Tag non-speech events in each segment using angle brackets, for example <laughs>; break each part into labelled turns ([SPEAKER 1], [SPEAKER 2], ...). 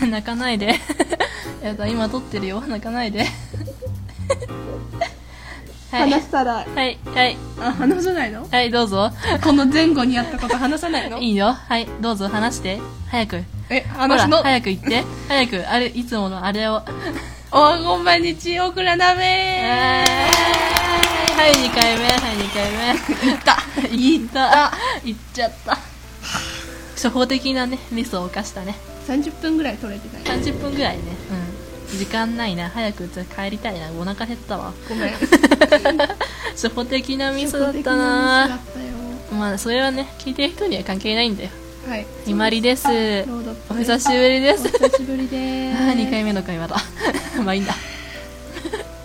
[SPEAKER 1] <laughs> 泣かないでやだ今撮ってるよ泣かないで <laughs> はい
[SPEAKER 2] 話したら
[SPEAKER 1] はいはい
[SPEAKER 2] あ話さないの
[SPEAKER 1] はいどうぞ
[SPEAKER 2] この前後にやったこと話さないの
[SPEAKER 1] いいよはいどうぞ話して早く
[SPEAKER 2] え
[SPEAKER 1] ほら
[SPEAKER 2] 話の
[SPEAKER 1] 早く言って早くあれいつものあれを
[SPEAKER 2] おはこんばんにちオクラ鍋
[SPEAKER 1] えーはい2回目はい2回目いったいったいっちゃった初歩的なねミスを犯したね
[SPEAKER 2] 30分ぐらい取れてない
[SPEAKER 1] 30分ぐらいねうん時間ないな早くじゃあ帰りたいなお腹減ったわ
[SPEAKER 2] ごめん
[SPEAKER 1] 初歩的なミスだった
[SPEAKER 2] 初歩的な
[SPEAKER 1] な
[SPEAKER 2] ミスだっ
[SPEAKER 1] まあそれはね聞いてる人には関係ないんだよ
[SPEAKER 2] たよはい
[SPEAKER 1] ひまりです
[SPEAKER 2] ロードプ
[SPEAKER 1] お
[SPEAKER 2] レイ
[SPEAKER 1] 久しぶりです
[SPEAKER 2] お久しぶりで
[SPEAKER 1] あ
[SPEAKER 2] す
[SPEAKER 1] <laughs> ー2回目の会話だまあ
[SPEAKER 2] <laughs>
[SPEAKER 1] いいんだ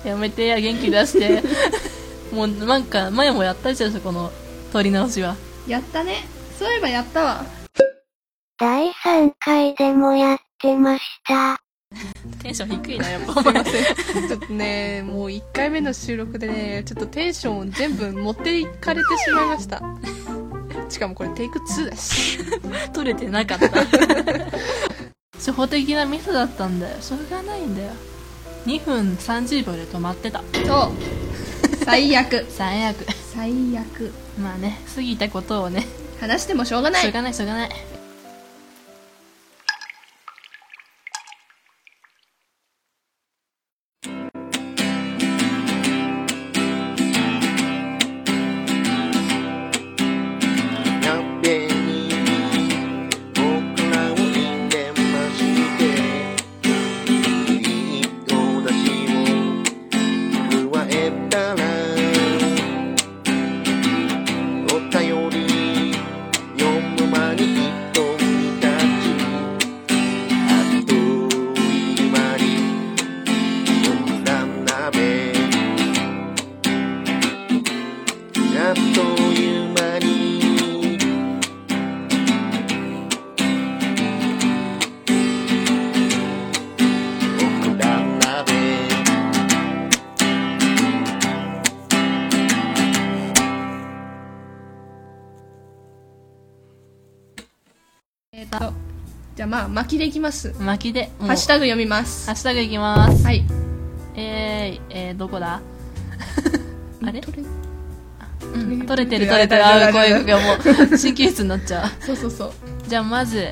[SPEAKER 1] やめてや元気出して <laughs> もうなんか前もやったでしょこの撮り直しは
[SPEAKER 2] やったねそういえばやったわ
[SPEAKER 3] 第3回でもやってました。
[SPEAKER 1] テンション低いなやっぱ
[SPEAKER 2] <laughs> すいませんちょっとねもう1回目の収録でねちょっとテンションを全部持っていかれてしまいましたしかもこれテイク2だし
[SPEAKER 1] 撮れてなかった <laughs> 初歩的なミスだったんだよしょうがないんだよ2分30秒で止まってた
[SPEAKER 2] そう最悪
[SPEAKER 1] 最悪
[SPEAKER 2] 最悪
[SPEAKER 1] まあね過ぎたことをね
[SPEAKER 2] 話してもしょうがな
[SPEAKER 1] しょう
[SPEAKER 2] い
[SPEAKER 1] がないしょうがない
[SPEAKER 4] 鍋に僕らを入れましていいお出汁を加えたらお便り読む間に一人立ちあっという間に僕ら鍋あっという間に僕ら鍋
[SPEAKER 2] えーとじゃあまあ巻きでいきます
[SPEAKER 1] 巻きでもう
[SPEAKER 2] ハッシュタグ読みま
[SPEAKER 1] ハ
[SPEAKER 2] す
[SPEAKER 1] ッシュタグいきます
[SPEAKER 2] はい
[SPEAKER 1] えーい、えー、どこだ <laughs> あれ
[SPEAKER 2] 取れ
[SPEAKER 1] うん取れてる取れてるあーこういうのもう
[SPEAKER 2] <laughs>
[SPEAKER 1] 神経質になっちゃう
[SPEAKER 2] そうそうそう
[SPEAKER 1] じゃあまず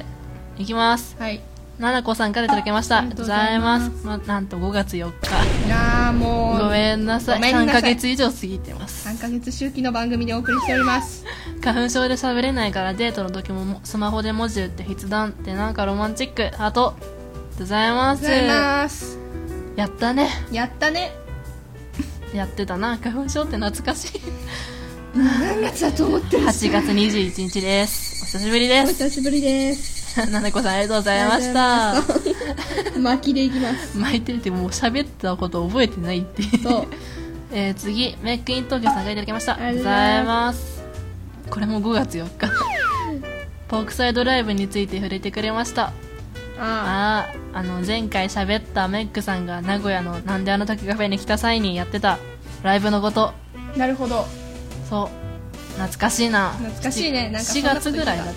[SPEAKER 1] いきます
[SPEAKER 2] はい
[SPEAKER 1] ななこさんからいただきましたあ
[SPEAKER 2] あ
[SPEAKER 1] り
[SPEAKER 2] り
[SPEAKER 1] が
[SPEAKER 2] が
[SPEAKER 1] と
[SPEAKER 2] と
[SPEAKER 1] う
[SPEAKER 2] う
[SPEAKER 1] ござ
[SPEAKER 2] ござ
[SPEAKER 1] い
[SPEAKER 2] い
[SPEAKER 1] ま
[SPEAKER 2] ますす
[SPEAKER 1] まなんと5月4日
[SPEAKER 2] いやーもう
[SPEAKER 1] ごめんなさい
[SPEAKER 2] ごめんなさい
[SPEAKER 1] 3ヶ月以上過ぎてます
[SPEAKER 2] 3ヶ月周期の番組でお送りしております
[SPEAKER 1] 花粉症で喋れないからデートの時ももスマホで文字打って筆談ってなんかロマンチックあとございま
[SPEAKER 2] ご
[SPEAKER 1] す
[SPEAKER 2] ざいます
[SPEAKER 1] やったね
[SPEAKER 2] やったね
[SPEAKER 1] やってたな花粉症って懐かしい
[SPEAKER 2] 何月だと思ってる
[SPEAKER 1] 8月21日ですお久しぶり
[SPEAKER 2] お
[SPEAKER 1] です
[SPEAKER 2] 久しぶりです
[SPEAKER 1] ななこさんありがとうございました
[SPEAKER 2] 巻きでいきます
[SPEAKER 1] 巻いててもう喋ったこと覚えてないっていう
[SPEAKER 2] そう
[SPEAKER 1] <laughs> えー、次メックイン東京さんからいただきましたあ
[SPEAKER 2] あ
[SPEAKER 1] りが
[SPEAKER 2] り
[SPEAKER 1] とうご
[SPEAKER 2] が
[SPEAKER 1] ざ
[SPEAKER 2] とうござ
[SPEAKER 1] い
[SPEAKER 2] い
[SPEAKER 1] ますこれも5月4日 <laughs> ポークサイドライブについて触れてくれました
[SPEAKER 2] あ
[SPEAKER 1] あああの前回喋ったメックさんが名古屋のなんであの時カフェに来た際にやってたライブのこと
[SPEAKER 2] あなるほど
[SPEAKER 1] そう懐かしいな
[SPEAKER 2] 懐かしいねなんかそ
[SPEAKER 1] 4
[SPEAKER 2] んなこと
[SPEAKER 1] 月ぐらいだったよ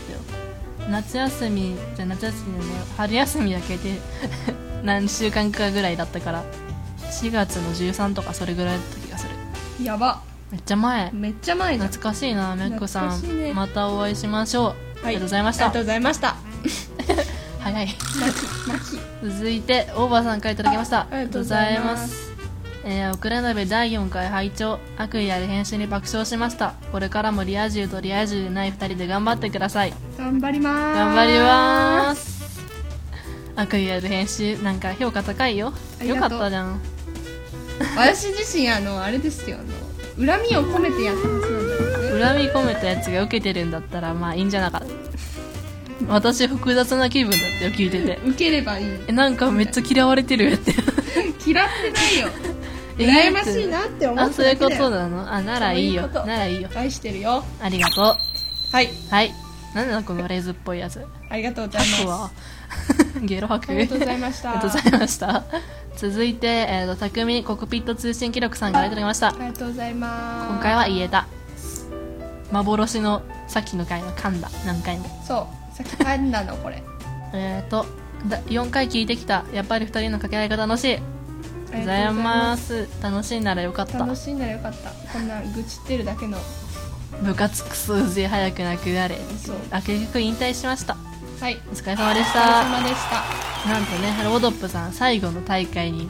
[SPEAKER 1] 夏休みじゃ夏休みのね春休みだけで <laughs> 何週間かぐらいだったから4月の13とかそれぐらいだった気がする
[SPEAKER 2] やば
[SPEAKER 1] めっちゃ前
[SPEAKER 2] めっちゃ前だ
[SPEAKER 1] 懐かしいなめっこさん、
[SPEAKER 2] 懐かしいね
[SPEAKER 1] またお会いしましょう、ありがとうございまし
[SPEAKER 2] あ
[SPEAKER 1] た
[SPEAKER 2] りがとうございました
[SPEAKER 1] 早い
[SPEAKER 2] 巻き
[SPEAKER 1] 続いてオーバーさんからいただきました
[SPEAKER 2] ありがとうござ
[SPEAKER 1] あり
[SPEAKER 2] います
[SPEAKER 1] がとうございますえー、オクラ鍋第4回拝聴悪意ある編集に爆笑しましたこれからもリア充とリア充でない2人で頑張ってください
[SPEAKER 2] 頑張ります
[SPEAKER 1] 頑張ります悪意ある編集なんか評価高いよ
[SPEAKER 2] あり
[SPEAKER 1] よ
[SPEAKER 2] が
[SPEAKER 1] かっ
[SPEAKER 2] とう
[SPEAKER 1] たじゃん
[SPEAKER 2] 私自身あのあれですよあの恨みを込めてやったんですよね
[SPEAKER 1] 恨み込めたやつが受けてるんだったらまあいいんじゃなかった私複雑な気分だったよ聞いてて
[SPEAKER 2] 受ければいい <laughs>
[SPEAKER 1] えなんかめっちゃ嫌われてるって
[SPEAKER 2] 嫌ってない <laughs> よ
[SPEAKER 1] え
[SPEAKER 2] 羨ましいなって思
[SPEAKER 1] あ
[SPEAKER 2] った
[SPEAKER 1] そういう
[SPEAKER 2] だけ
[SPEAKER 1] こ
[SPEAKER 2] だよ
[SPEAKER 1] となのあならいいよ
[SPEAKER 2] そういうこと
[SPEAKER 1] ならいいよ
[SPEAKER 2] 愛してるよ
[SPEAKER 1] ありがと
[SPEAKER 2] はい、
[SPEAKER 1] うはいなんだこのレーズっぽいやつ
[SPEAKER 2] ありがとうございま
[SPEAKER 1] 吐
[SPEAKER 2] す。
[SPEAKER 1] くわ <laughs> ゲロ吐く
[SPEAKER 2] ありがとうございました。
[SPEAKER 1] ありがとうございました続いて、えー、と匠コクピット通信記録さんからいただきました
[SPEAKER 2] ありがとうございます。
[SPEAKER 1] 今回は言えた幻のさっきの回は噛んだ何回も
[SPEAKER 2] そう、さっき噛んだのこれ。
[SPEAKER 1] えっ、ー、とだ4回聞いてきたやっぱり2人の掛け合いが楽しい
[SPEAKER 2] あ
[SPEAKER 1] ご
[SPEAKER 2] り
[SPEAKER 1] ざ
[SPEAKER 2] が
[SPEAKER 1] い
[SPEAKER 2] とうございま
[SPEAKER 1] ますす楽しいならよかった
[SPEAKER 2] 楽しんだらよかったこんな愚痴ってるだけの
[SPEAKER 1] 部活くそぜ早くなくなれ
[SPEAKER 2] そう
[SPEAKER 1] あ結局引退しました
[SPEAKER 2] はい
[SPEAKER 1] お疲れ様でし
[SPEAKER 2] お疲
[SPEAKER 1] た
[SPEAKER 2] れ様でした
[SPEAKER 1] なんとねロードップさん最後の大会に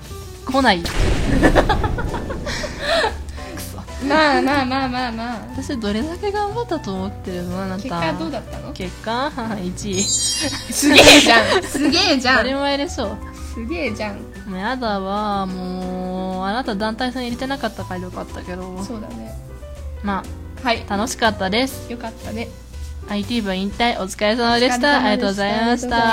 [SPEAKER 1] 来ない
[SPEAKER 2] まあまあまあまあまあ
[SPEAKER 1] 私どれだけ頑張ったと思ってるのあなた
[SPEAKER 2] 結果どうだったの
[SPEAKER 1] 結果1位
[SPEAKER 2] すげえじゃんすげえじゃ
[SPEAKER 1] 当たり
[SPEAKER 2] ん
[SPEAKER 1] 前でしょ
[SPEAKER 2] すげえじゃん
[SPEAKER 1] もうやだわもうあなた団体さん入れてなかったからよかったけど
[SPEAKER 2] そうだね
[SPEAKER 1] ま
[SPEAKER 2] はい
[SPEAKER 1] あ楽しかったです
[SPEAKER 2] よかったね
[SPEAKER 1] IT 部引退お疲れ様でしたありがとうございまし
[SPEAKER 2] あり
[SPEAKER 1] た
[SPEAKER 2] がとうござ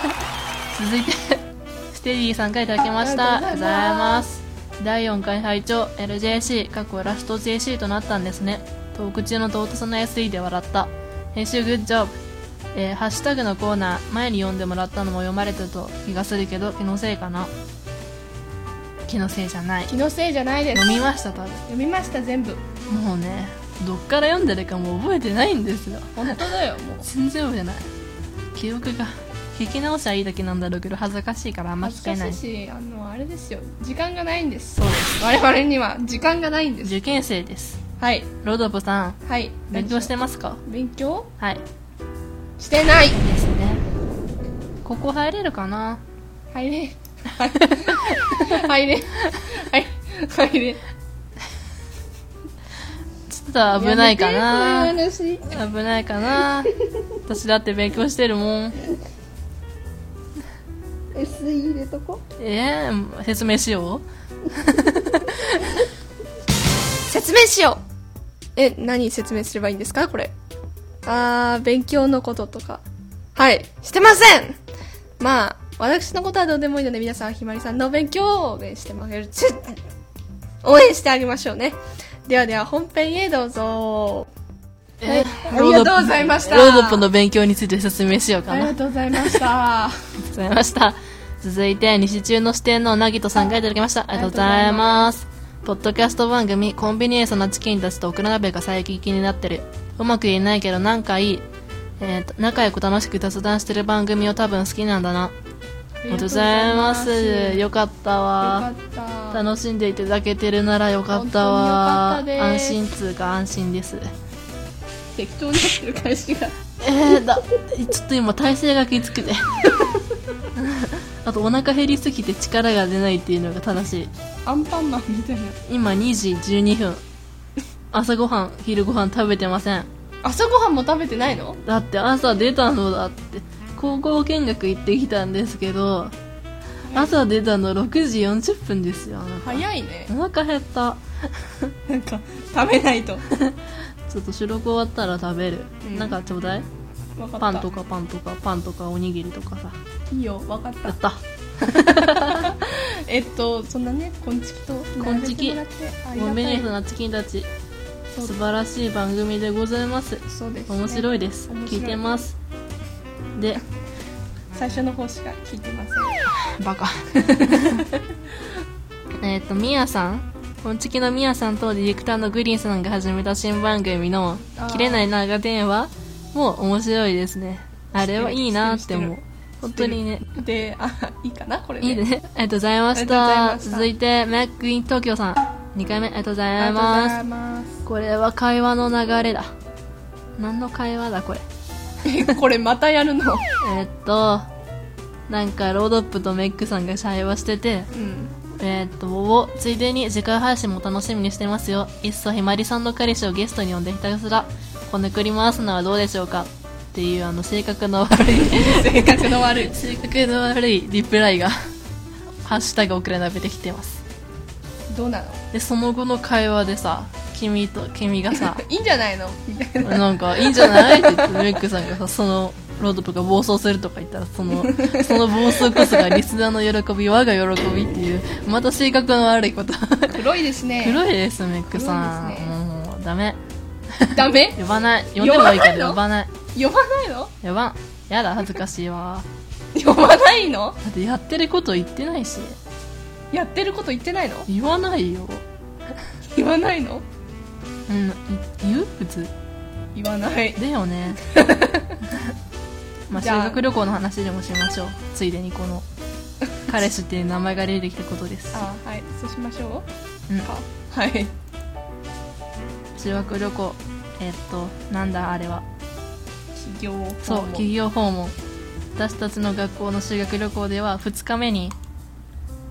[SPEAKER 2] いました
[SPEAKER 1] 続いて <laughs> ステディさんからいただきました
[SPEAKER 2] ありがとうございま
[SPEAKER 1] す
[SPEAKER 2] す
[SPEAKER 1] 第4回拝聴 LJC 過去ラスト JC となったんですねトーク中の唐突な SE で笑った編集グッジョブえーハッシュタグのコーナー前に読んでもらったのも読まれてると気がするけど気のせいかな気のせいじゃない
[SPEAKER 2] 気のせいじゃないです
[SPEAKER 1] 飲み
[SPEAKER 2] 読
[SPEAKER 1] ました多分
[SPEAKER 2] みました全部
[SPEAKER 1] もうねどっから読んでるかもう覚えてないんですよ
[SPEAKER 2] 本当だよ
[SPEAKER 1] <laughs>
[SPEAKER 2] もう
[SPEAKER 1] 全然覚えてない記憶が聞き直しはいいだけなんだろうけど恥ずかしいからあんま
[SPEAKER 2] 恥
[SPEAKER 1] 聞
[SPEAKER 2] ず
[SPEAKER 1] け
[SPEAKER 2] か
[SPEAKER 1] な
[SPEAKER 2] し
[SPEAKER 1] い
[SPEAKER 2] いしあのあれですよ時間がないんです
[SPEAKER 1] そうで
[SPEAKER 2] 我々には時間がないんです
[SPEAKER 1] 受験生です
[SPEAKER 2] はい
[SPEAKER 1] ロドポさん
[SPEAKER 2] はい
[SPEAKER 1] 勉強してますか
[SPEAKER 2] 勉強
[SPEAKER 1] はい
[SPEAKER 2] してない
[SPEAKER 1] ですねここ入れるかな
[SPEAKER 2] 入れ
[SPEAKER 1] <laughs>
[SPEAKER 2] 入れはい入れ
[SPEAKER 1] ちょっと危ないか
[SPEAKER 2] や
[SPEAKER 1] な
[SPEAKER 2] めてそういう話
[SPEAKER 1] 危ないか
[SPEAKER 2] <laughs>
[SPEAKER 1] な私だって勉強してるもん
[SPEAKER 2] SE 入れとこ
[SPEAKER 1] えー、説明しよう
[SPEAKER 5] 説明しようえ何説明すればいいんですかこれあー勉強のこととかはいしてませんまあ私のことはどうでもいいので皆さんひまりさんの勉強を応援してまげる <laughs> ちゅ応援してあげましょうねではでは本編へどうぞ
[SPEAKER 1] え
[SPEAKER 2] ありがとうございました
[SPEAKER 1] ロードポの勉強について説明しようか
[SPEAKER 2] あり
[SPEAKER 1] なあり
[SPEAKER 2] が
[SPEAKER 1] が
[SPEAKER 2] とうございました <laughs> あ
[SPEAKER 1] とうございました続いて西中の視点のなぎとさんからいただきましたありがとうございますポッドキャスト番組「コンビニエンスなチキンたちとオクラ鍋」が最近気になってるうまく言えないけどなんかいい、えーと仲良く楽しく雑談してる番組を多分好きなんだなありがとうございます
[SPEAKER 2] よ
[SPEAKER 1] よかった
[SPEAKER 2] か
[SPEAKER 1] わ
[SPEAKER 2] った
[SPEAKER 1] 楽しんでいただけてるならよかったわ
[SPEAKER 2] 本当によかったで
[SPEAKER 1] 安
[SPEAKER 2] す
[SPEAKER 1] 心通か安心です
[SPEAKER 2] 適当になってる返しが
[SPEAKER 1] えー、だちょっと今体勢がきつくてあとお腹減りすぎて力が出ないっていうのが正しい
[SPEAKER 2] <laughs> アンパンマンみたいな
[SPEAKER 1] 今2時12分朝ごはん昼ごはん食べてません
[SPEAKER 2] 朝ごはんも食べてないの
[SPEAKER 1] だって朝出たのだって高校見学行ってきたんですけど朝出たの6時40分ですよあなた
[SPEAKER 2] 早いね
[SPEAKER 1] お腹減った
[SPEAKER 2] なんか食べないと
[SPEAKER 1] ちょっと収録終わったら食べる、
[SPEAKER 2] うん
[SPEAKER 1] なんかちょうだい
[SPEAKER 2] わかった
[SPEAKER 1] パンとかパンとかパンとかおにぎりとかさ
[SPEAKER 2] いいよわ
[SPEAKER 1] <laughs>
[SPEAKER 2] かった
[SPEAKER 1] やった
[SPEAKER 2] えっとそんなねこんちきと
[SPEAKER 1] こんちき
[SPEAKER 2] 並べてもらってありが
[SPEAKER 1] コンビニ
[SPEAKER 2] た
[SPEAKER 1] エン
[SPEAKER 2] い
[SPEAKER 1] スなチキンたち
[SPEAKER 2] そう
[SPEAKER 1] 素晴らしい番組でございます
[SPEAKER 2] そうですね、
[SPEAKER 1] 面白いです
[SPEAKER 2] 面白
[SPEAKER 1] 聞いてますで
[SPEAKER 2] 最初の方しか聞いてません
[SPEAKER 1] バカ <laughs> えっとみやさん本きのみやさんとディレクターのグリーンさんが始めた新番組の
[SPEAKER 2] あ
[SPEAKER 1] 「
[SPEAKER 2] ー
[SPEAKER 1] 切れない長電話」も面白いですねあれはいいなって思う
[SPEAKER 2] 知って
[SPEAKER 1] 本当にね
[SPEAKER 2] であいいかなこれで
[SPEAKER 1] いいねありがとうございまし
[SPEAKER 2] ありがとうござい
[SPEAKER 1] た
[SPEAKER 2] ました
[SPEAKER 1] 続いてマックイン東京さん2回目ありがとうございます
[SPEAKER 2] ありがとうございます
[SPEAKER 1] これは会話の流れだ何の会話だこれ
[SPEAKER 2] え <laughs> これまたやるの
[SPEAKER 1] えーっとなんかロードップとメックさんが会話してて
[SPEAKER 2] うん
[SPEAKER 1] えーっとおついでに次回配信も楽しみにしてますよいっそひまりさんの彼氏をゲストに呼んでひたすらこねくり回すのはどうでしょうかっていうあの性格の悪い
[SPEAKER 2] <laughs> 性格の悪い
[SPEAKER 1] <laughs> 性格の悪いリプライがハッシュタグ遅れなべてきてます
[SPEAKER 2] どうなの
[SPEAKER 1] でその後の会話でさ君と君がさ
[SPEAKER 2] いいんじゃないのみたいな
[SPEAKER 1] なんか、いいんじゃないって言って、メックさんがさ、その、ロードとか暴走するとか言ったら、そ
[SPEAKER 2] <laughs>
[SPEAKER 1] の、その暴走こそがリスナーの喜び、我が喜びっていう、また性格の悪いこと。
[SPEAKER 2] 黒いですね
[SPEAKER 1] 黒いです、メックさん。
[SPEAKER 2] 黒いですね
[SPEAKER 1] もう、ダメ。
[SPEAKER 2] ダメ
[SPEAKER 1] 呼ばない。呼んでもいいけど、呼
[SPEAKER 2] 呼
[SPEAKER 1] ばない。
[SPEAKER 2] 呼ばないの
[SPEAKER 1] 呼ばん。やだ、恥ずかしいわ。
[SPEAKER 2] 呼ばないの
[SPEAKER 1] だってやってること言ってないし、
[SPEAKER 2] やってること言ってないの
[SPEAKER 1] 言わないよ。
[SPEAKER 2] 言わないの
[SPEAKER 1] うん、い言う普通。
[SPEAKER 2] 言わない <laughs>
[SPEAKER 1] だよね。まあ、あ、
[SPEAKER 2] じ
[SPEAKER 1] 修
[SPEAKER 2] ゃあ
[SPEAKER 1] 学旅行の話でもしましょう。ついでにこの、彼氏っていう名前が出てきたことです。
[SPEAKER 2] あはいそうしましょ
[SPEAKER 1] うん
[SPEAKER 2] うかはい
[SPEAKER 1] 修学旅行、えっと、なんだあれは。
[SPEAKER 2] 企業
[SPEAKER 1] そう、
[SPEAKER 2] 訪問
[SPEAKER 1] 企業訪問。私たちの学校の修学旅行では、2日目に、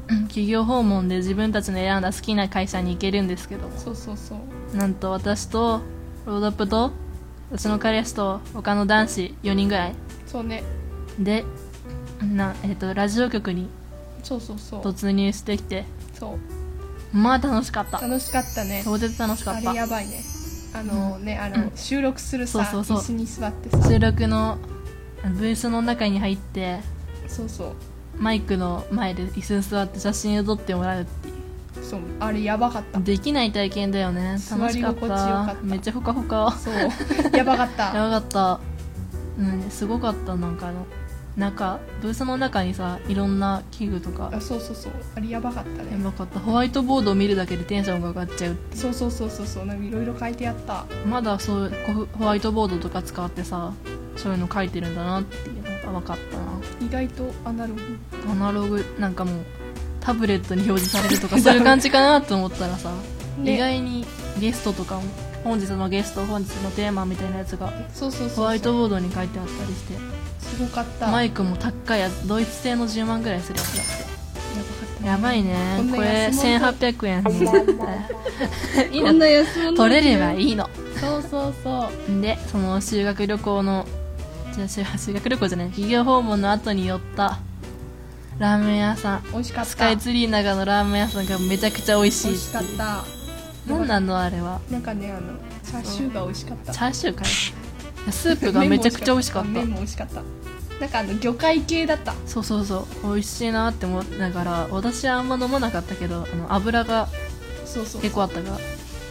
[SPEAKER 1] うん企業訪問で自分たちの選んだ好きな会社に行けるんですけども、
[SPEAKER 2] そうそうそう
[SPEAKER 1] なんと私と、ロードアップと、うちの彼氏と、他の男子4人ぐらい
[SPEAKER 2] そうね
[SPEAKER 1] で、なえっと、ラジオ局に
[SPEAKER 2] そうそうそう
[SPEAKER 1] 突入してきて、
[SPEAKER 2] そう
[SPEAKER 1] まあ楽しかった。
[SPEAKER 2] 楽しかったね
[SPEAKER 1] 超絶楽しか
[SPEAKER 2] あ
[SPEAKER 1] っ
[SPEAKER 2] れ
[SPEAKER 1] た
[SPEAKER 2] やばいねあのね、あ
[SPEAKER 1] う
[SPEAKER 2] の
[SPEAKER 1] ん
[SPEAKER 2] 収録するさ
[SPEAKER 1] そうそうそう
[SPEAKER 2] 椅子に座ってさ
[SPEAKER 1] 収録のブースの中に入って
[SPEAKER 2] そうそう
[SPEAKER 1] マイクの前で椅子に座って写真を撮ってもらうってい
[SPEAKER 2] そうあれやばかった
[SPEAKER 1] うできない体験だよね
[SPEAKER 2] 座
[SPEAKER 1] 楽し
[SPEAKER 2] り
[SPEAKER 1] かっ
[SPEAKER 2] 心地
[SPEAKER 1] た
[SPEAKER 2] よかった
[SPEAKER 1] めっちゃほかほか
[SPEAKER 2] そうやばかっ
[SPEAKER 1] <laughs> や
[SPEAKER 2] た
[SPEAKER 1] ばかったうんすごかったなんかあの中ブースの中にさいろんな器具とか
[SPEAKER 2] あそうそうそうあれやばかった
[SPEAKER 1] や
[SPEAKER 2] ね
[SPEAKER 1] ばかったホワイトボードを見るだけでテンションが上がっちゃう
[SPEAKER 2] そうそうそうそうそうなんかいろいろ書いてあった
[SPEAKER 1] まだそうこホワイトボードとか使ってさそういうの書いてるんだなっていうのが分かったな
[SPEAKER 2] 意外とアナログ
[SPEAKER 1] アナログなんかもうタブレットに表示される
[SPEAKER 2] <laughs>
[SPEAKER 1] とかそういう感じかなと思ったらさ、
[SPEAKER 2] ね
[SPEAKER 1] 意外にゲストとかも本日のゲスト本日のテーマみたいなやつが
[SPEAKER 2] そうそうそうそう
[SPEAKER 1] ホワイトボードに書いてあったりして
[SPEAKER 2] すごかった
[SPEAKER 1] マ
[SPEAKER 2] や
[SPEAKER 1] イクも高いやつドイツ製の10万ぐらいするやつだっ
[SPEAKER 2] ばかった
[SPEAKER 1] て
[SPEAKER 2] ね
[SPEAKER 1] やばいね
[SPEAKER 2] こんな
[SPEAKER 1] これ
[SPEAKER 2] 安物
[SPEAKER 1] 1800円 <laughs> いい
[SPEAKER 5] こん
[SPEAKER 1] の
[SPEAKER 5] な安物
[SPEAKER 1] 取れればいいの
[SPEAKER 2] そうそうそう
[SPEAKER 1] でその修学旅行のじゃあ修修学旅行じゃない企業訪問の後に寄ったラーメン屋さん
[SPEAKER 2] 美味しかった
[SPEAKER 1] スカイツリー長のラーメン屋さんがめちゃくちゃ美味し
[SPEAKER 2] 美
[SPEAKER 1] いっ
[SPEAKER 2] 味してか
[SPEAKER 1] い
[SPEAKER 2] っ
[SPEAKER 1] う
[SPEAKER 2] た
[SPEAKER 1] 何なのあれは
[SPEAKER 2] なんかねあのチャーシューが美味しかった
[SPEAKER 1] チャーシューか
[SPEAKER 2] <laughs>
[SPEAKER 1] いスープがめちゃくちゃ美味しかっ
[SPEAKER 2] 麺
[SPEAKER 1] た
[SPEAKER 2] も美味しかったなんかあの魚介系だった
[SPEAKER 1] そうそうそう美味しいなって思いながら私はあんま飲まなかったけどあの油が
[SPEAKER 2] そうそう
[SPEAKER 1] 結構あったが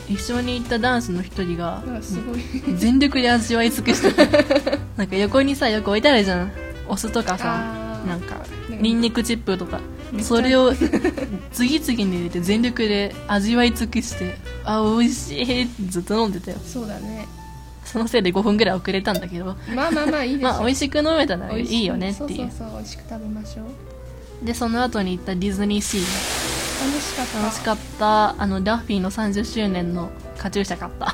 [SPEAKER 1] 一緒に行った男子の一人が
[SPEAKER 2] なんかすごい
[SPEAKER 1] 全力で味わい尽くしてた
[SPEAKER 2] <laughs>
[SPEAKER 1] なんか横にさよく置いてあるじゃんお酢とかさ
[SPEAKER 2] あー
[SPEAKER 1] なんか
[SPEAKER 2] なんか
[SPEAKER 1] ニンニクチップとか
[SPEAKER 2] めっちゃ
[SPEAKER 1] それを次々に入れて全力で味わい尽くしてあ美味しいってずっと飲んでたよ
[SPEAKER 2] そうだね
[SPEAKER 1] そのせいで5分ぐらい遅れたんだけど
[SPEAKER 2] まあまあまあいいでし
[SPEAKER 1] <laughs>
[SPEAKER 2] ょ
[SPEAKER 1] まあ美味しく飲めたら
[SPEAKER 2] 美
[SPEAKER 1] い
[SPEAKER 2] 味し
[SPEAKER 1] いよねっていう
[SPEAKER 2] そうそうそう美味しく食べましょう
[SPEAKER 1] でその後に行ったディズニーシー
[SPEAKER 2] 楽しかった
[SPEAKER 1] 楽しかったあのダッフィーの30周年のカチューシャ買った
[SPEAKER 2] あ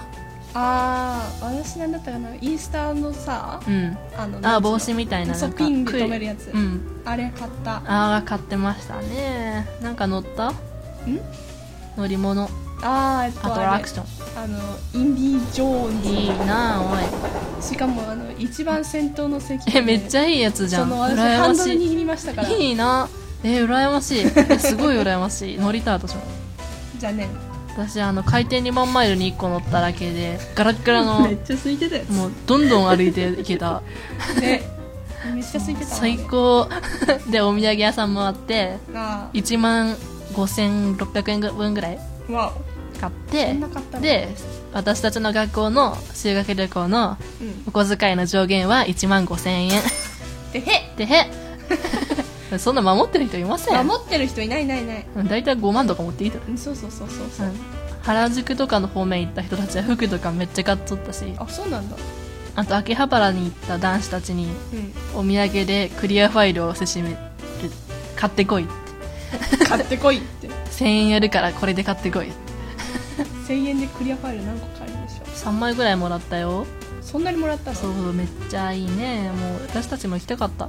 [SPEAKER 2] あ私なんだったかなインスタのさ
[SPEAKER 1] うん
[SPEAKER 2] あの
[SPEAKER 1] あ帽子みたいなな
[SPEAKER 2] そうん
[SPEAKER 1] か
[SPEAKER 2] ピンで留めるやつ、
[SPEAKER 1] うん
[SPEAKER 2] あれ買った
[SPEAKER 1] ああ買ってましたねなんか乗った乗り物
[SPEAKER 2] あーえっと
[SPEAKER 1] アト
[SPEAKER 2] あ
[SPEAKER 1] ラ
[SPEAKER 2] れ
[SPEAKER 1] クショ
[SPEAKER 2] あのインディ・ージョ
[SPEAKER 1] ンいい
[SPEAKER 2] ーン
[SPEAKER 1] なあおい
[SPEAKER 2] ズしかもあの一番先頭の席
[SPEAKER 1] えめっち
[SPEAKER 2] ゃ
[SPEAKER 1] ゃいいやつじゃん
[SPEAKER 2] その
[SPEAKER 1] 羨
[SPEAKER 2] 私ハ
[SPEAKER 1] ま
[SPEAKER 2] ンドル
[SPEAKER 1] しい
[SPEAKER 2] 握りましたから
[SPEAKER 1] いいなえ羨ましいえすごい羨ま
[SPEAKER 2] <laughs>
[SPEAKER 1] しい乗りたい私も
[SPEAKER 2] じゃあね
[SPEAKER 1] 私あの回転2万マイルに1個乗っただけでガラッガラの
[SPEAKER 2] ちゃ空いてたよ
[SPEAKER 1] もうどんどん歩いていけた
[SPEAKER 2] ねめっちゃ空いてたわ
[SPEAKER 1] 最高 <laughs> でお土産屋さんもあって
[SPEAKER 2] あ
[SPEAKER 1] 1万5600円分ぐらい
[SPEAKER 2] あわ
[SPEAKER 1] 買っ
[SPEAKER 2] おそ
[SPEAKER 1] て
[SPEAKER 2] んな買ったの
[SPEAKER 1] で私たちの学校の修学旅行の
[SPEAKER 2] うん
[SPEAKER 1] お小遣いの上限は1万5000円
[SPEAKER 2] でへ
[SPEAKER 1] でへ
[SPEAKER 2] <laughs>
[SPEAKER 1] そんな守ってる人いません
[SPEAKER 2] 守ってる人いないいないいない
[SPEAKER 1] うん大体5万とか持っていいだろ、、
[SPEAKER 2] うんそうそうそうそうそううん
[SPEAKER 1] 原宿とかの方面行った人たちは服とかめっちゃ買っとったし
[SPEAKER 2] あそうなんだ
[SPEAKER 1] あと秋葉原に行った男子たちに
[SPEAKER 2] うん
[SPEAKER 1] お土産でクリアファイルをせしめる買ってこいって
[SPEAKER 2] 買ってこいって
[SPEAKER 1] 1000円やるからこれで買ってこい
[SPEAKER 2] 1000円でクリアファイル何個買えるでしょ
[SPEAKER 1] 3枚ぐらいもらったよ
[SPEAKER 2] そんなにもらったの
[SPEAKER 1] そうそうめっちゃいいねもう私たちも行きたかった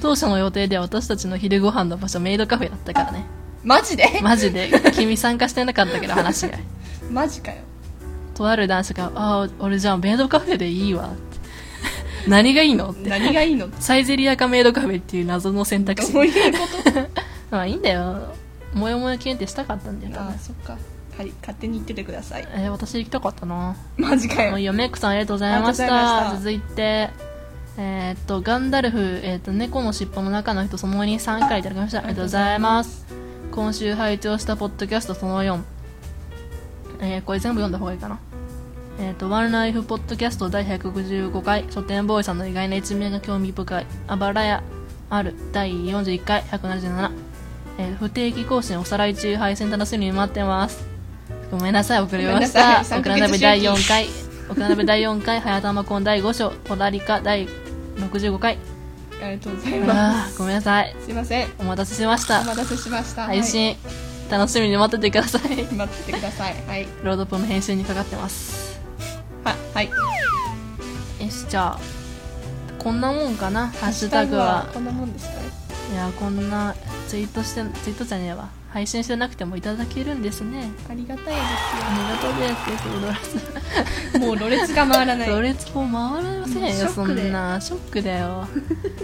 [SPEAKER 1] 当初の予定では私たちの昼ご飯の場所メイドカフェだったからね
[SPEAKER 2] マジで
[SPEAKER 1] <laughs> マジで君参加してなかったけど話 <laughs> が
[SPEAKER 2] マジかよ
[SPEAKER 1] とある男子が「ああ俺じゃあメイドカフェでいいわ」 <laughs> って何がいいのって
[SPEAKER 2] 何がいい <laughs> のど
[SPEAKER 1] サイゼリアかメイドカフェっていう謎の選択肢
[SPEAKER 2] ういうこと
[SPEAKER 1] まあいいんだよもやもや検定したかったんだよ
[SPEAKER 2] <laughs> あ
[SPEAKER 1] な
[SPEAKER 2] あそっかはい勝手に言っててください
[SPEAKER 1] えー私行きたかったな
[SPEAKER 2] マジか
[SPEAKER 1] もう
[SPEAKER 2] よ
[SPEAKER 1] いいよメイクさんありがとうございました
[SPEAKER 2] ありがとうご
[SPEAKER 1] 続いてえーっとガンダルフ、えーっと猫の尻尾の中の人その2 3回いただきましたありがとうございます今週拝聴したポッドキャストその4、えーこれ全部読んだ方がいいかなえーっとワンライフポッドキャスト第155回書店ボーイさんの意外な一面が興味深いあばらやある第41回177、えー不定期更新おさらい中配信楽しみに待ってますごめんなさい遅れまし
[SPEAKER 2] ごめん
[SPEAKER 1] た <laughs>
[SPEAKER 2] なさい
[SPEAKER 1] オクラ鍋第4回オクラ鍋第4回早玉コン第5章ポダリカ第65回
[SPEAKER 2] ありがとうございま
[SPEAKER 1] あーごめんなさい
[SPEAKER 2] す。すいません。
[SPEAKER 1] お待たせしまし
[SPEAKER 2] お
[SPEAKER 1] た
[SPEAKER 2] 待たせしました。
[SPEAKER 1] 配信、楽しみに待っててください
[SPEAKER 2] はい。待っててください。はい。
[SPEAKER 1] ロードポの編集にかかってます
[SPEAKER 2] は、はい。
[SPEAKER 1] よしじゃあこんなもんかなハッシュタグは
[SPEAKER 2] こんなもんですかね。
[SPEAKER 1] いやこんなツイートしてツイートじゃねえわ配信してなくてもいただけるんですね
[SPEAKER 2] ありがたい
[SPEAKER 1] ありがとうです踊らせ
[SPEAKER 2] ですよ。もうろれつが回らない。
[SPEAKER 1] ロ
[SPEAKER 2] <laughs>
[SPEAKER 1] レツも回らませんよ
[SPEAKER 2] ショ
[SPEAKER 1] そ
[SPEAKER 2] ックで
[SPEAKER 1] んなショックだよ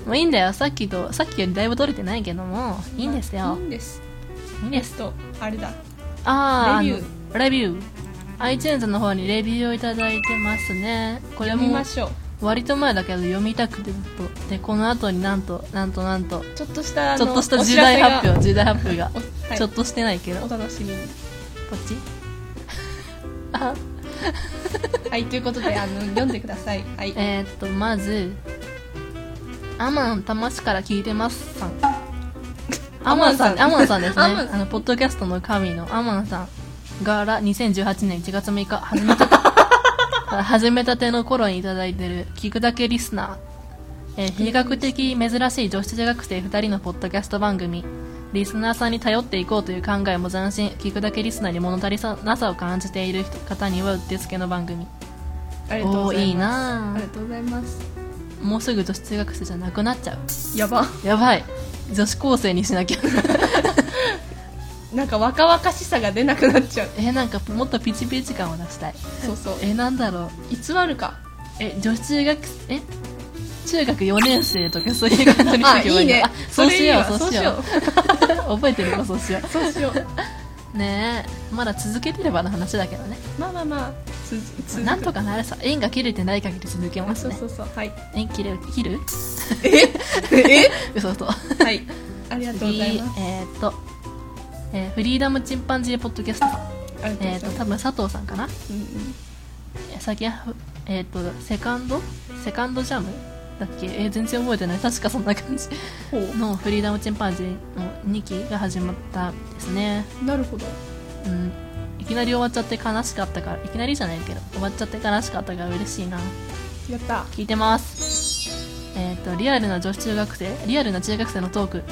[SPEAKER 1] もういいんだよさっきとさっきよりだいぶ取れてないけどもいいんですよ
[SPEAKER 2] いいんです。
[SPEAKER 1] いいんで
[SPEAKER 2] えっ
[SPEAKER 1] す
[SPEAKER 2] と、あれだ。
[SPEAKER 1] ああ
[SPEAKER 2] レビュー
[SPEAKER 1] あのレビュー iTunes の方にレビューをいただいてますねこれ
[SPEAKER 2] 読み
[SPEAKER 1] も
[SPEAKER 2] ましょう。
[SPEAKER 1] 割と前だけど読みたくてずっとでこの後になんとなんとなんと
[SPEAKER 2] ちょっとした、あの
[SPEAKER 1] ちょっとした重大発。
[SPEAKER 2] お
[SPEAKER 1] 表重
[SPEAKER 2] 知ら
[SPEAKER 1] 大発表が、
[SPEAKER 2] せがおはい
[SPEAKER 1] ちょっとしてないけどこ
[SPEAKER 2] お楽しみに。
[SPEAKER 1] っちあ
[SPEAKER 2] はい、ということで、あの、読んでください。はい。
[SPEAKER 1] えー、っとまずアマン玉市から聞いてますさんアマンさん
[SPEAKER 2] <laughs> ア
[SPEAKER 1] アマンさんですね
[SPEAKER 2] <laughs> アマンさん
[SPEAKER 1] あのポッドキャストの神のアマンさんから2018年1月6日始めた
[SPEAKER 2] <laughs>
[SPEAKER 1] て始めたての頃にいただいてる聞くだけリスナーえー比較的珍しい女子中学生2人のポッドキャスト番組リスナーさんに頼っていこうという考えも斬新聞くだけリスナーに物足りさなさを感じている人方にはうってつけの番組
[SPEAKER 2] ありがとう
[SPEAKER 1] お
[SPEAKER 2] ご
[SPEAKER 1] お
[SPEAKER 2] ざ
[SPEAKER 1] ーいい
[SPEAKER 2] います。
[SPEAKER 1] な
[SPEAKER 2] あ
[SPEAKER 1] あ
[SPEAKER 2] りがとうございます。
[SPEAKER 1] もうすぐ女子中学生じゃなくなっちゃう
[SPEAKER 2] やば。
[SPEAKER 1] やばい女子高生にしな
[SPEAKER 2] <laughs>
[SPEAKER 1] きゃ
[SPEAKER 2] なんか若々しさが出なくなっ
[SPEAKER 1] <laughs>
[SPEAKER 2] ちゃう。
[SPEAKER 1] えなんかもっとピチピチ感を出したい
[SPEAKER 2] そうそう。
[SPEAKER 1] えなんだろう
[SPEAKER 2] 偽るか。
[SPEAKER 1] え女子中学え中学4年生とかそういう感じにし
[SPEAKER 2] あ、
[SPEAKER 1] てけば
[SPEAKER 2] いいね
[SPEAKER 1] あ。そうしようそうしよ
[SPEAKER 2] う
[SPEAKER 1] う。 <laughs> 覚えてるかそうしよ
[SPEAKER 2] そうしよう。
[SPEAKER 1] うねえまだ続けてればの話だけどね、
[SPEAKER 2] まあまあまあ、つ
[SPEAKER 1] まあ
[SPEAKER 2] 続く
[SPEAKER 1] なんとかなるさ縁が切れてない限り続けま
[SPEAKER 2] あ
[SPEAKER 1] す
[SPEAKER 2] そう
[SPEAKER 1] ね
[SPEAKER 2] そうそう。
[SPEAKER 1] <laughs>
[SPEAKER 2] はい。
[SPEAKER 1] 縁切れ切る <laughs>
[SPEAKER 2] え
[SPEAKER 1] 嘘嘘
[SPEAKER 2] はい。ありがとうござい
[SPEAKER 1] 次
[SPEAKER 2] ます。
[SPEAKER 1] えーっと、えーフリーダムチンパンジーポッドキャストさん
[SPEAKER 2] ありがとう
[SPEAKER 1] えー
[SPEAKER 2] ご
[SPEAKER 1] っ
[SPEAKER 2] ざ
[SPEAKER 1] と
[SPEAKER 2] います。
[SPEAKER 1] 多分佐藤さんかな
[SPEAKER 2] うんうん
[SPEAKER 1] 最近えっ、とセカンドセカンドジャムだっけえー全然覚えてない確かそんな感じ <laughs>
[SPEAKER 2] ほう
[SPEAKER 1] のフリーダムチンパンジーの2期が始まったんですね
[SPEAKER 2] なるほど。
[SPEAKER 1] うんいきなり終わっちゃって悲しかったからいきなりじゃないけど終わっちゃって悲しかったから嬉しいな
[SPEAKER 2] やった。
[SPEAKER 1] 聞いてますえっ、とリアルな女子中学生リアルな中学生のトーク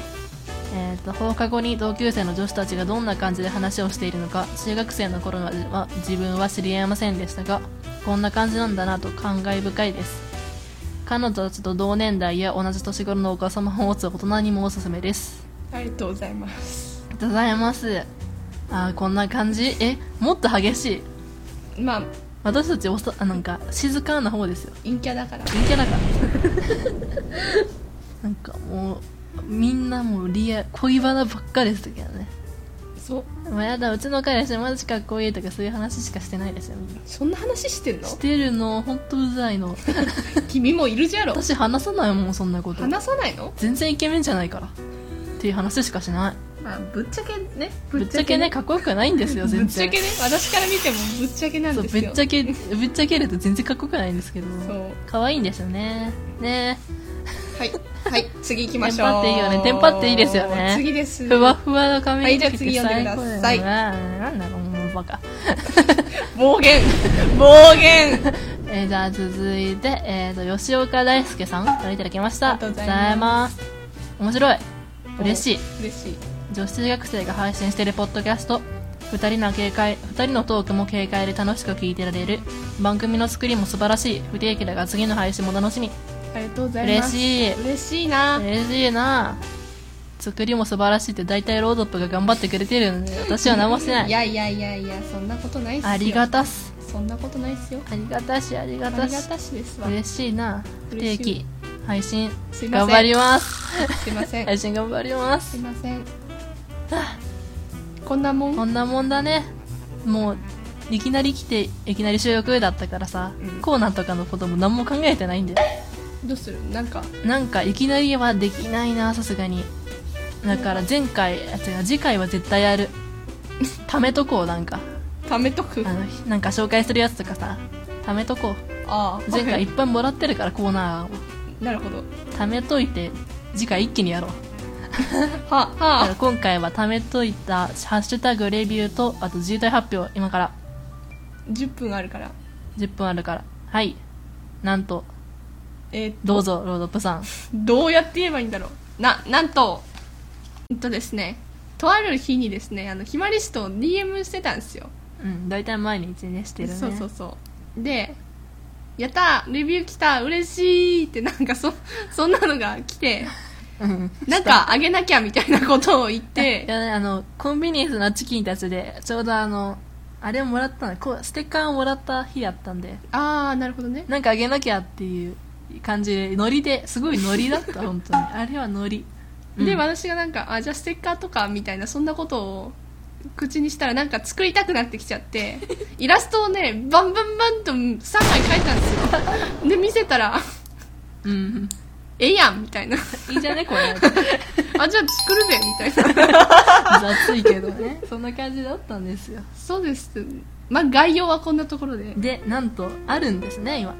[SPEAKER 1] えっ、と放課後に同級生の女子たちがどんな感じで話をしているのか中学生の頃はは自分は知り合いませんでしたがこんな感じなんだなと感慨深いです彼女たちと同年代や同じ年頃のお母様を持つ大人にもおすすめです
[SPEAKER 2] ありがとうございます
[SPEAKER 1] あ。りがとうございますあーこんな感じえもっと激しい
[SPEAKER 2] まあ、
[SPEAKER 1] 私たちおさあなんか静かな方ですよ
[SPEAKER 2] 陰キャだから。
[SPEAKER 1] 陰キャだから <laughs> なんかもうみんなもうリア恋バナばっかりですけどね
[SPEAKER 2] そう。
[SPEAKER 1] もうやだうちの彼氏マジかっこいいとかそういう話しかしてないですよみんな
[SPEAKER 2] そんな話して
[SPEAKER 1] <laughs>
[SPEAKER 2] んの
[SPEAKER 1] してるのほんとうざいの
[SPEAKER 2] 君もいるじゃろ。
[SPEAKER 1] 私話さないもんそんなこと
[SPEAKER 2] 話さないの
[SPEAKER 1] 全然イケメンじゃないからっていう話しかしない
[SPEAKER 2] まあ、ぶっちゃけね。
[SPEAKER 1] ぶっちゃけね。かっこよくないんです
[SPEAKER 2] <laughs>
[SPEAKER 1] よ
[SPEAKER 2] ぶっ
[SPEAKER 1] 全
[SPEAKER 2] ちゃ
[SPEAKER 1] 然
[SPEAKER 2] けね。私から見てもぶっちゃけなん
[SPEAKER 1] そう
[SPEAKER 2] で
[SPEAKER 1] ぶ
[SPEAKER 2] す
[SPEAKER 1] っ
[SPEAKER 2] よ。
[SPEAKER 1] ちゃけぶっちゃけると全然かっこよくないんですけど
[SPEAKER 2] そう。
[SPEAKER 1] 可愛いんですよねね
[SPEAKER 2] はい。はい。次行きまし
[SPEAKER 1] テンパっ
[SPEAKER 2] ょう。
[SPEAKER 1] ていいよねテンパっていいですよね <laughs>
[SPEAKER 2] 次です。
[SPEAKER 1] ふわふわの髪の毛
[SPEAKER 2] はいじゃあ次読んでください
[SPEAKER 1] 最高だよねなんだろうもうバカ
[SPEAKER 2] 暴
[SPEAKER 1] <laughs>
[SPEAKER 2] 言。暴言。
[SPEAKER 1] えーじゃあ続いて、えー、と吉岡大輔さんからいただきました
[SPEAKER 2] ありがとうございます
[SPEAKER 1] ありがとうございます面白い嬉しい
[SPEAKER 2] 嬉しい。
[SPEAKER 1] 女子中学生が配信しているポッドキャスト2人の警戒二人のトークも軽快で楽しく聞いてられる番組の作りも素晴らしい不定期だが次の配信も楽しみ
[SPEAKER 2] ありがとうございま
[SPEAKER 1] 嬉
[SPEAKER 2] す。
[SPEAKER 1] しい
[SPEAKER 2] 嬉しいな。
[SPEAKER 1] 嬉しいな作りも素晴らしいって大体ロードップが頑張ってくれてるので私は何もしてない
[SPEAKER 2] いやいやいやいや、そんなことないっすよ。
[SPEAKER 1] ありがたす
[SPEAKER 2] そんなことないっすよ。
[SPEAKER 1] ありがたしありが
[SPEAKER 2] あり
[SPEAKER 1] た
[SPEAKER 2] が
[SPEAKER 1] した
[SPEAKER 2] しですわ。
[SPEAKER 1] 嬉しいな不定
[SPEAKER 2] 嬉しい
[SPEAKER 1] 期配信
[SPEAKER 2] すいま
[SPEAKER 1] 頑
[SPEAKER 2] せん。
[SPEAKER 1] 張ります
[SPEAKER 2] すいません。
[SPEAKER 1] 配信頑張りますす
[SPEAKER 2] いません。こんなもん。
[SPEAKER 1] こんなもんだねもういきなり来ていきなり収録だったからさ、
[SPEAKER 2] うん
[SPEAKER 1] コーナーとかのことも何も考えてないんだよ
[SPEAKER 2] どうするなんか、
[SPEAKER 1] なんかいきなりはできないなさすがにだから前回あ違う次回は絶対やる貯めとこうなんか
[SPEAKER 2] ためとく。
[SPEAKER 1] あ
[SPEAKER 2] あ
[SPEAKER 1] のなんか紹介するやつとかさ貯めとこう
[SPEAKER 2] あ。
[SPEAKER 1] 前回い
[SPEAKER 2] は
[SPEAKER 1] っぱいもらってるからコーナーを
[SPEAKER 2] いなるほど。
[SPEAKER 1] 貯めといて次回一気にやろうだ
[SPEAKER 2] は、は
[SPEAKER 1] から今回は貯めといた「ハッシュタグレビューと」あと渋滞発表今から
[SPEAKER 2] 10分あるから。
[SPEAKER 1] 10分あるからはいなんと
[SPEAKER 2] えーっと
[SPEAKER 1] どうぞロードプさん
[SPEAKER 2] どうやって言えばいいんだろうななんと
[SPEAKER 5] えっとですね
[SPEAKER 2] とある日にですねあのひまりしと DM してたんですよ
[SPEAKER 1] うん大体毎日ねしてるね
[SPEAKER 2] そうそうそうで「やったーレビュー来た嬉しい!」ってなんかそ <laughs> そんなのが来て
[SPEAKER 1] うん
[SPEAKER 2] なんかあげなきゃみたいなことを言
[SPEAKER 1] い <laughs>
[SPEAKER 2] って
[SPEAKER 1] やねあのコンビニエンスなチキンたちでちょうどあのあれをもらったのこうステッカーをもらった日やったんで
[SPEAKER 2] ああなるほどね
[SPEAKER 1] なんかあげなきゃっていう感じでノリですごいノリだった
[SPEAKER 2] <laughs>
[SPEAKER 1] 本当にあれはノリ
[SPEAKER 2] で
[SPEAKER 1] うん
[SPEAKER 2] 私がなんかあじゃあステッカーとかみたいなそんなことを口にしたらなんか作りたくなってきちゃって <laughs> イラストをねバンバンバンと3枚描いたんですよで見せたら
[SPEAKER 1] うん
[SPEAKER 2] 「ええやん」みた <laughs> いな
[SPEAKER 1] いいじゃねこれ
[SPEAKER 2] 「あじゃあ作るぜ」みたいな
[SPEAKER 1] 雑いけどねそんな感じだったんですよ
[SPEAKER 2] そうですまあ概要はこんなところで
[SPEAKER 1] でなんとあるんですね今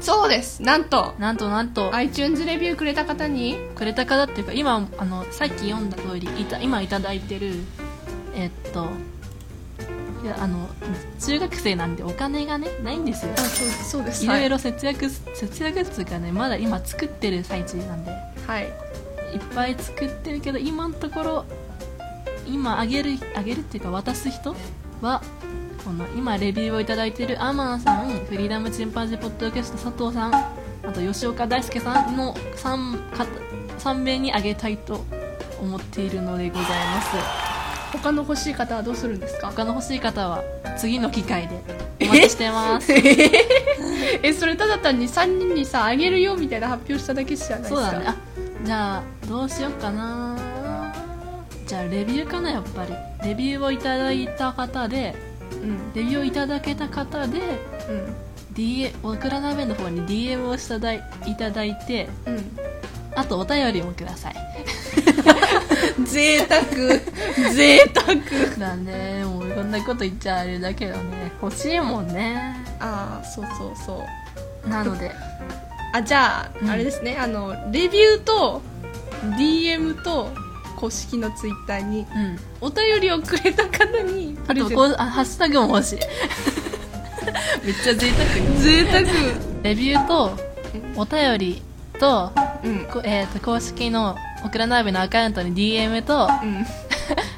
[SPEAKER 2] そうですなんと
[SPEAKER 1] なんとなんと
[SPEAKER 2] iTunes レビューくれた方に
[SPEAKER 1] くれた方っていうか今あのさっき読んだ通りいた今いただいてるえっといやあの中学生なんでお金がねないんですよ
[SPEAKER 2] そうそうです
[SPEAKER 1] いろい
[SPEAKER 2] ろ
[SPEAKER 1] ろ節約す節約っていうかねまだ今作ってる最中なんで
[SPEAKER 2] はい、はい
[SPEAKER 1] いっぱい作ってるけど今のところ今あげるあげるっていうか渡す人はこの今レビューをいただいてるアマンさんフリーダムチンパンジーポッドキャスト佐藤さんあと吉岡大輔さんの 3, か3名にあげたいと思っているのでございます
[SPEAKER 2] 他の欲しい方はどうするんですか
[SPEAKER 1] 他の欲しい方は次の機会でお待ちしてます
[SPEAKER 2] <laughs> えそれただ単に3人にさあげるよみたいな発表しただけじゃないです
[SPEAKER 1] そう
[SPEAKER 2] か
[SPEAKER 1] だねあじゃあどうしようかなじゃあレビューかなやっぱりレビューをいただいた方で
[SPEAKER 2] うん
[SPEAKER 1] レビューをいただけた方で、DM、オクラ鍋の方に DM をしただいいただいて
[SPEAKER 2] うん
[SPEAKER 1] あとお便りもくだ <laughs> さい
[SPEAKER 2] 贅 <laughs> 沢贅沢
[SPEAKER 1] なんでもうこんなこと言っちゃあれだけどね欲しいもんね
[SPEAKER 2] ああそうそうそう
[SPEAKER 1] なので
[SPEAKER 2] あじゃあ、
[SPEAKER 1] うん
[SPEAKER 2] あれですねあのレビューと DM と公式のツイッターに
[SPEAKER 1] <laughs> うん
[SPEAKER 2] お便りをくれた方に
[SPEAKER 1] あ
[SPEAKER 2] プレ
[SPEAKER 1] と
[SPEAKER 2] ゼン
[SPEAKER 1] こ
[SPEAKER 2] ト
[SPEAKER 1] うあハッシュタグも欲しい <laughs> めっちゃ贅沢に
[SPEAKER 2] 贅沢
[SPEAKER 1] レビューとお便りと
[SPEAKER 2] うん
[SPEAKER 1] こえー、と公式のオクラ鍋のアカウントに DM と <laughs> 「
[SPEAKER 2] うん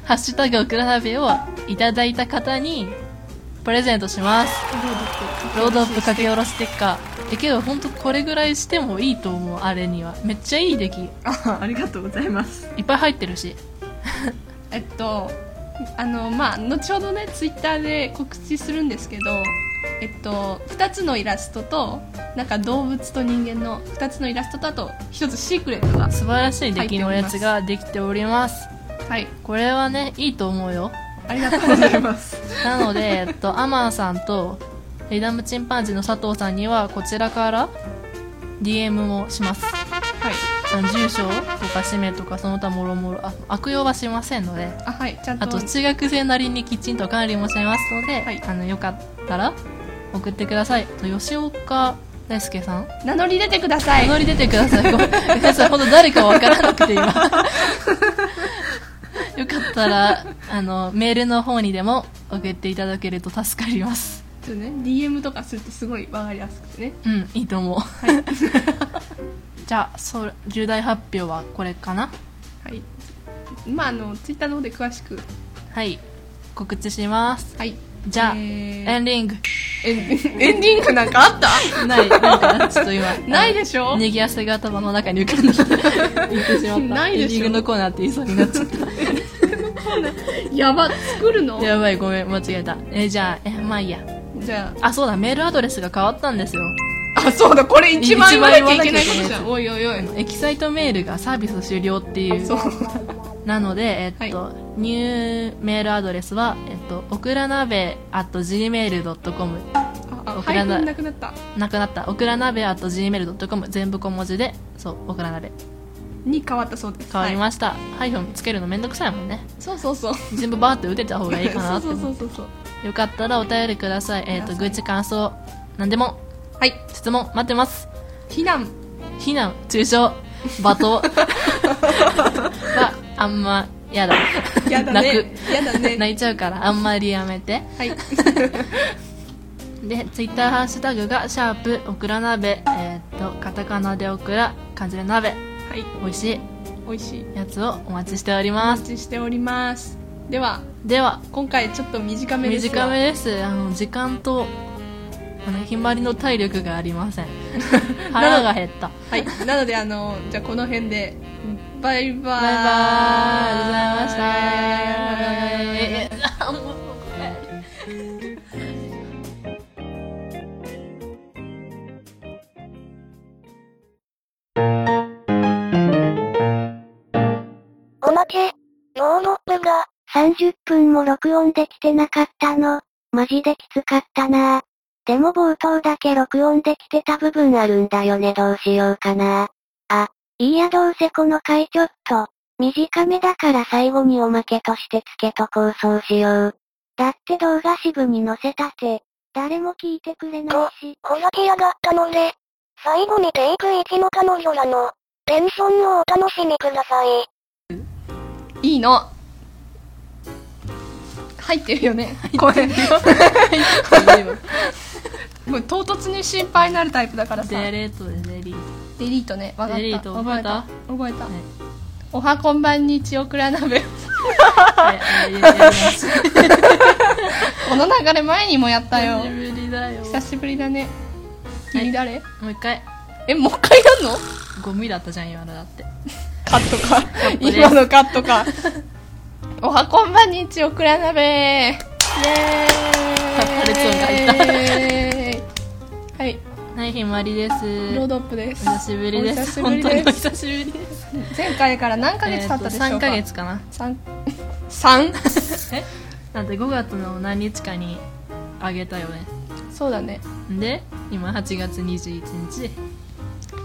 [SPEAKER 1] ハッシュタグオクラ鍋」をいただいた方にプレゼントしますロードアップかけ下ろしステッカーだけど本当これぐらいしてもいいと思うあれにはめっちゃいい出来い
[SPEAKER 2] <laughs> あありがとうございます
[SPEAKER 1] っぱい入ってるし
[SPEAKER 2] えっとあのまあ後ほどねツイッターで告知するんですけどえっと2つのイラストとなんか動物と人間の2つのイラストとあと1つシークレットが
[SPEAKER 1] 素晴らしい出来のおやつができております
[SPEAKER 2] はい
[SPEAKER 1] これはねいいと思うよ
[SPEAKER 2] ありがとうございます
[SPEAKER 1] <laughs> なので、えっと、アマンさんとリダムチンパンジーの佐藤さんにはこちらから DM をします
[SPEAKER 2] はい
[SPEAKER 1] あの住所とか氏名とかその他もろもろあ悪用はしませんので
[SPEAKER 2] あはいちゃんと
[SPEAKER 1] あと中学生なりにきちんと管理もしますので、
[SPEAKER 2] はい
[SPEAKER 1] あのよかったら送ってくださいと吉岡大輔さん
[SPEAKER 2] 名乗り出てください
[SPEAKER 1] 名乗り出てくださいごめん <laughs> なさい本当誰かわからなくて今 <laughs> よかったらあのメールの方にでも送っていただけると助かります
[SPEAKER 2] ちょっとね DM とかするとすごいわかりやすくてね
[SPEAKER 1] うんいいと思う、 <laughs> じゃあそう重大発表はこれかな
[SPEAKER 2] はいまああのツイッターの方で詳しく
[SPEAKER 1] はい告知します
[SPEAKER 2] はい
[SPEAKER 1] じゃあ、
[SPEAKER 2] えー
[SPEAKER 1] エンディング
[SPEAKER 2] エン <laughs> エンディングなんかあ
[SPEAKER 1] <laughs>
[SPEAKER 2] った
[SPEAKER 1] ない、なんかちょっと今。
[SPEAKER 2] <laughs> ないでしょ
[SPEAKER 1] あのネギ汗が頭の中に浮かんで
[SPEAKER 2] <laughs>
[SPEAKER 1] きて、言ってし <laughs> まった。
[SPEAKER 2] ないでしょ
[SPEAKER 1] エンディングのコーナーって言いそうになっち
[SPEAKER 2] <laughs>
[SPEAKER 1] ゃった。
[SPEAKER 2] やば作るの
[SPEAKER 1] やばい、ごめん、間違えた。え、じゃあ、え、まあいいや。
[SPEAKER 2] じゃ
[SPEAKER 1] あ、そうだ、メールアドレスが変わったんですよ。
[SPEAKER 2] ああそうだこれ一番
[SPEAKER 1] 一
[SPEAKER 2] 言
[SPEAKER 1] 番
[SPEAKER 2] わ
[SPEAKER 1] 言
[SPEAKER 2] な
[SPEAKER 1] わ
[SPEAKER 2] き
[SPEAKER 1] な
[SPEAKER 2] ゃ
[SPEAKER 1] き
[SPEAKER 2] い
[SPEAKER 1] ゃいけな
[SPEAKER 2] けないいことじゃんおいおいおい
[SPEAKER 1] エキサイトメールがサービス終了っていう。
[SPEAKER 2] そう
[SPEAKER 1] なので、えっと、
[SPEAKER 2] は
[SPEAKER 1] ニューメールアドレスは、えっと、オクラ鍋 at gmail.com。
[SPEAKER 2] ああ
[SPEAKER 1] 送ら
[SPEAKER 2] 配
[SPEAKER 1] ない
[SPEAKER 2] 分なくなった
[SPEAKER 1] なくなった。オクラ鍋 at gmail.com。全部小文字で、そう、オクラ鍋。
[SPEAKER 2] に変わったそうです
[SPEAKER 1] 変わり
[SPEAKER 2] は
[SPEAKER 1] ました。ハイフンつけるのめんどくさいもんね。
[SPEAKER 2] いそうそうそう
[SPEAKER 1] 全部バーって打てた方がいいかなって
[SPEAKER 2] <laughs> そ
[SPEAKER 1] 思
[SPEAKER 2] う
[SPEAKER 1] って
[SPEAKER 2] そうそうそう
[SPEAKER 1] よかったらお便りください。えっ、と、
[SPEAKER 2] ください
[SPEAKER 1] 愚痴、感想、何でも、
[SPEAKER 2] はい
[SPEAKER 1] 質問、待ってます。
[SPEAKER 2] 避難
[SPEAKER 1] 非難、中傷、罵倒は、あんま、やだ。
[SPEAKER 2] やだね
[SPEAKER 1] 泣
[SPEAKER 2] や
[SPEAKER 1] く。
[SPEAKER 2] だね
[SPEAKER 1] 泣いちゃうから、あんまりやめて。
[SPEAKER 2] はい <laughs>
[SPEAKER 1] で、ツイッターハッシュタグが、シャープ、オクラ鍋、えっ、と、カタカナでオクラ漢字で鍋
[SPEAKER 2] はい
[SPEAKER 1] 美味し
[SPEAKER 2] 美味しい
[SPEAKER 1] いやつをお待ちしており
[SPEAKER 2] お
[SPEAKER 1] ま
[SPEAKER 2] 待
[SPEAKER 1] す
[SPEAKER 2] ちしておりますでは
[SPEAKER 1] では
[SPEAKER 2] 今回ちょっと短めですが
[SPEAKER 1] 短めですあの時間とあのひまりの体力がありません腹が減った
[SPEAKER 2] はいなのであのじゃあこの辺でバイバ
[SPEAKER 1] バイ
[SPEAKER 2] イ
[SPEAKER 1] バーイありがとうございました
[SPEAKER 3] おまけ、ヨーロッパが30分も録音できてなかったの。マジできつかったなでも冒頭だけ録音できてた部分あるんだよねどうしようかなあ、いいやどうせこの回ちょっと、短めだから最後におまけとして付けと構想しよう。だって動画支部に載せたて、誰も聞いてくれないし。ほやけやがったので、最後にテイク1の彼女らの、テンションをお楽しみください。
[SPEAKER 2] いいの入ってるよねこれもう唐突に心配になるタイプだからさ
[SPEAKER 1] デ
[SPEAKER 2] デ
[SPEAKER 1] レートでデリート
[SPEAKER 2] リートねわかった
[SPEAKER 1] デリート覚えた
[SPEAKER 2] 覚えた、
[SPEAKER 1] ね
[SPEAKER 2] おはこんばんにちおく
[SPEAKER 1] <laughs>
[SPEAKER 2] ら鍋
[SPEAKER 1] はいありがとうございます
[SPEAKER 2] この流れ前にもやったよ
[SPEAKER 1] 久しぶりだよ
[SPEAKER 2] 久しぶりだね
[SPEAKER 1] い
[SPEAKER 2] 君誰、
[SPEAKER 1] もう一回
[SPEAKER 2] えもう一回やんの
[SPEAKER 1] ゴミだったじゃん今のだって
[SPEAKER 2] カットか
[SPEAKER 1] トです
[SPEAKER 2] 今のカットかおはこんばんにちおくら鍋イ
[SPEAKER 1] 破裂音が
[SPEAKER 2] エーイはい
[SPEAKER 1] はいひまりです
[SPEAKER 2] ロードアップです
[SPEAKER 1] お久しぶりで
[SPEAKER 2] お
[SPEAKER 1] す
[SPEAKER 2] 久しぶ
[SPEAKER 1] 本
[SPEAKER 2] り
[SPEAKER 1] 当にお
[SPEAKER 2] です
[SPEAKER 1] 久しぶりです
[SPEAKER 2] 前回から何ヶ月経ったでしょうか、
[SPEAKER 1] 3ヶ月かな
[SPEAKER 2] 三三
[SPEAKER 1] えなんて5月の何日かにあげたよね
[SPEAKER 2] <laughs> そうだね
[SPEAKER 1] で今8月21日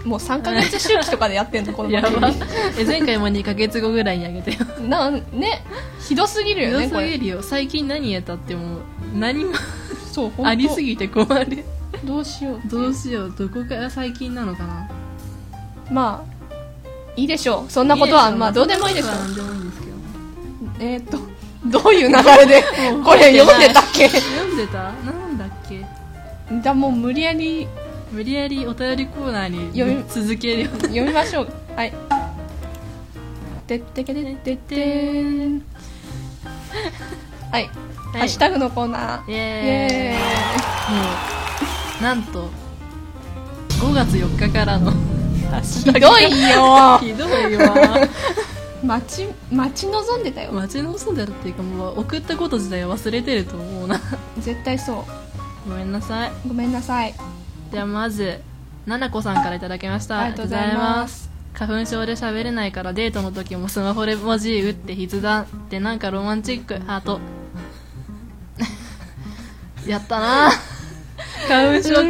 [SPEAKER 2] もう三ヶ月周期とかでやってんのこの
[SPEAKER 1] や
[SPEAKER 2] 番組
[SPEAKER 1] ばえ前回も2ヶ月後ぐらいにあげたよ
[SPEAKER 2] なんねひどすぎる
[SPEAKER 1] ひ
[SPEAKER 2] よ
[SPEAKER 1] ど
[SPEAKER 2] ね
[SPEAKER 1] す
[SPEAKER 2] こ
[SPEAKER 1] ぎ
[SPEAKER 2] れ
[SPEAKER 1] るよ最近何やったってもう何も
[SPEAKER 2] そう本当
[SPEAKER 1] ありすぎて困る
[SPEAKER 2] どうしようってい
[SPEAKER 1] どうしようどこから最近なのかな
[SPEAKER 2] まあいいでしょうそんなことはまあどうでもいいでしょう
[SPEAKER 1] そんなことは何でもいいですけど
[SPEAKER 2] えーっとどういう流れ <laughs> でこれ読んでたっけ
[SPEAKER 1] 読んでたなんだっけ
[SPEAKER 2] じゃあもう無理やり
[SPEAKER 1] 無理やりお便りコーナー
[SPEAKER 2] 読み
[SPEAKER 1] に続けるよ
[SPEAKER 2] 読みましょう <laughs> はいでってけでってってーんはい、ハッシュタグのコーナー
[SPEAKER 1] イ
[SPEAKER 2] イ
[SPEAKER 1] エ
[SPEAKER 2] エー
[SPEAKER 1] ーイもうなんと5月4日からの
[SPEAKER 2] イひどいよ
[SPEAKER 1] ひどいわ
[SPEAKER 2] <laughs>
[SPEAKER 1] <laughs>
[SPEAKER 2] 待ち待ち望んでたよ
[SPEAKER 1] 待ち望んでるっていうかもう送ったこと自体忘れてると思うな
[SPEAKER 2] 絶対そ
[SPEAKER 1] ごめんなさいう
[SPEAKER 2] ごめんなさい
[SPEAKER 1] ではまずななこさんからいただきました
[SPEAKER 2] ありがとうございま
[SPEAKER 1] あ
[SPEAKER 2] す
[SPEAKER 1] りがとうございます花粉症で喋れないからデートの時もスマホで文字打って筆談ってなんかロマンチックハー
[SPEAKER 2] <laughs>
[SPEAKER 1] トやったな花粉症か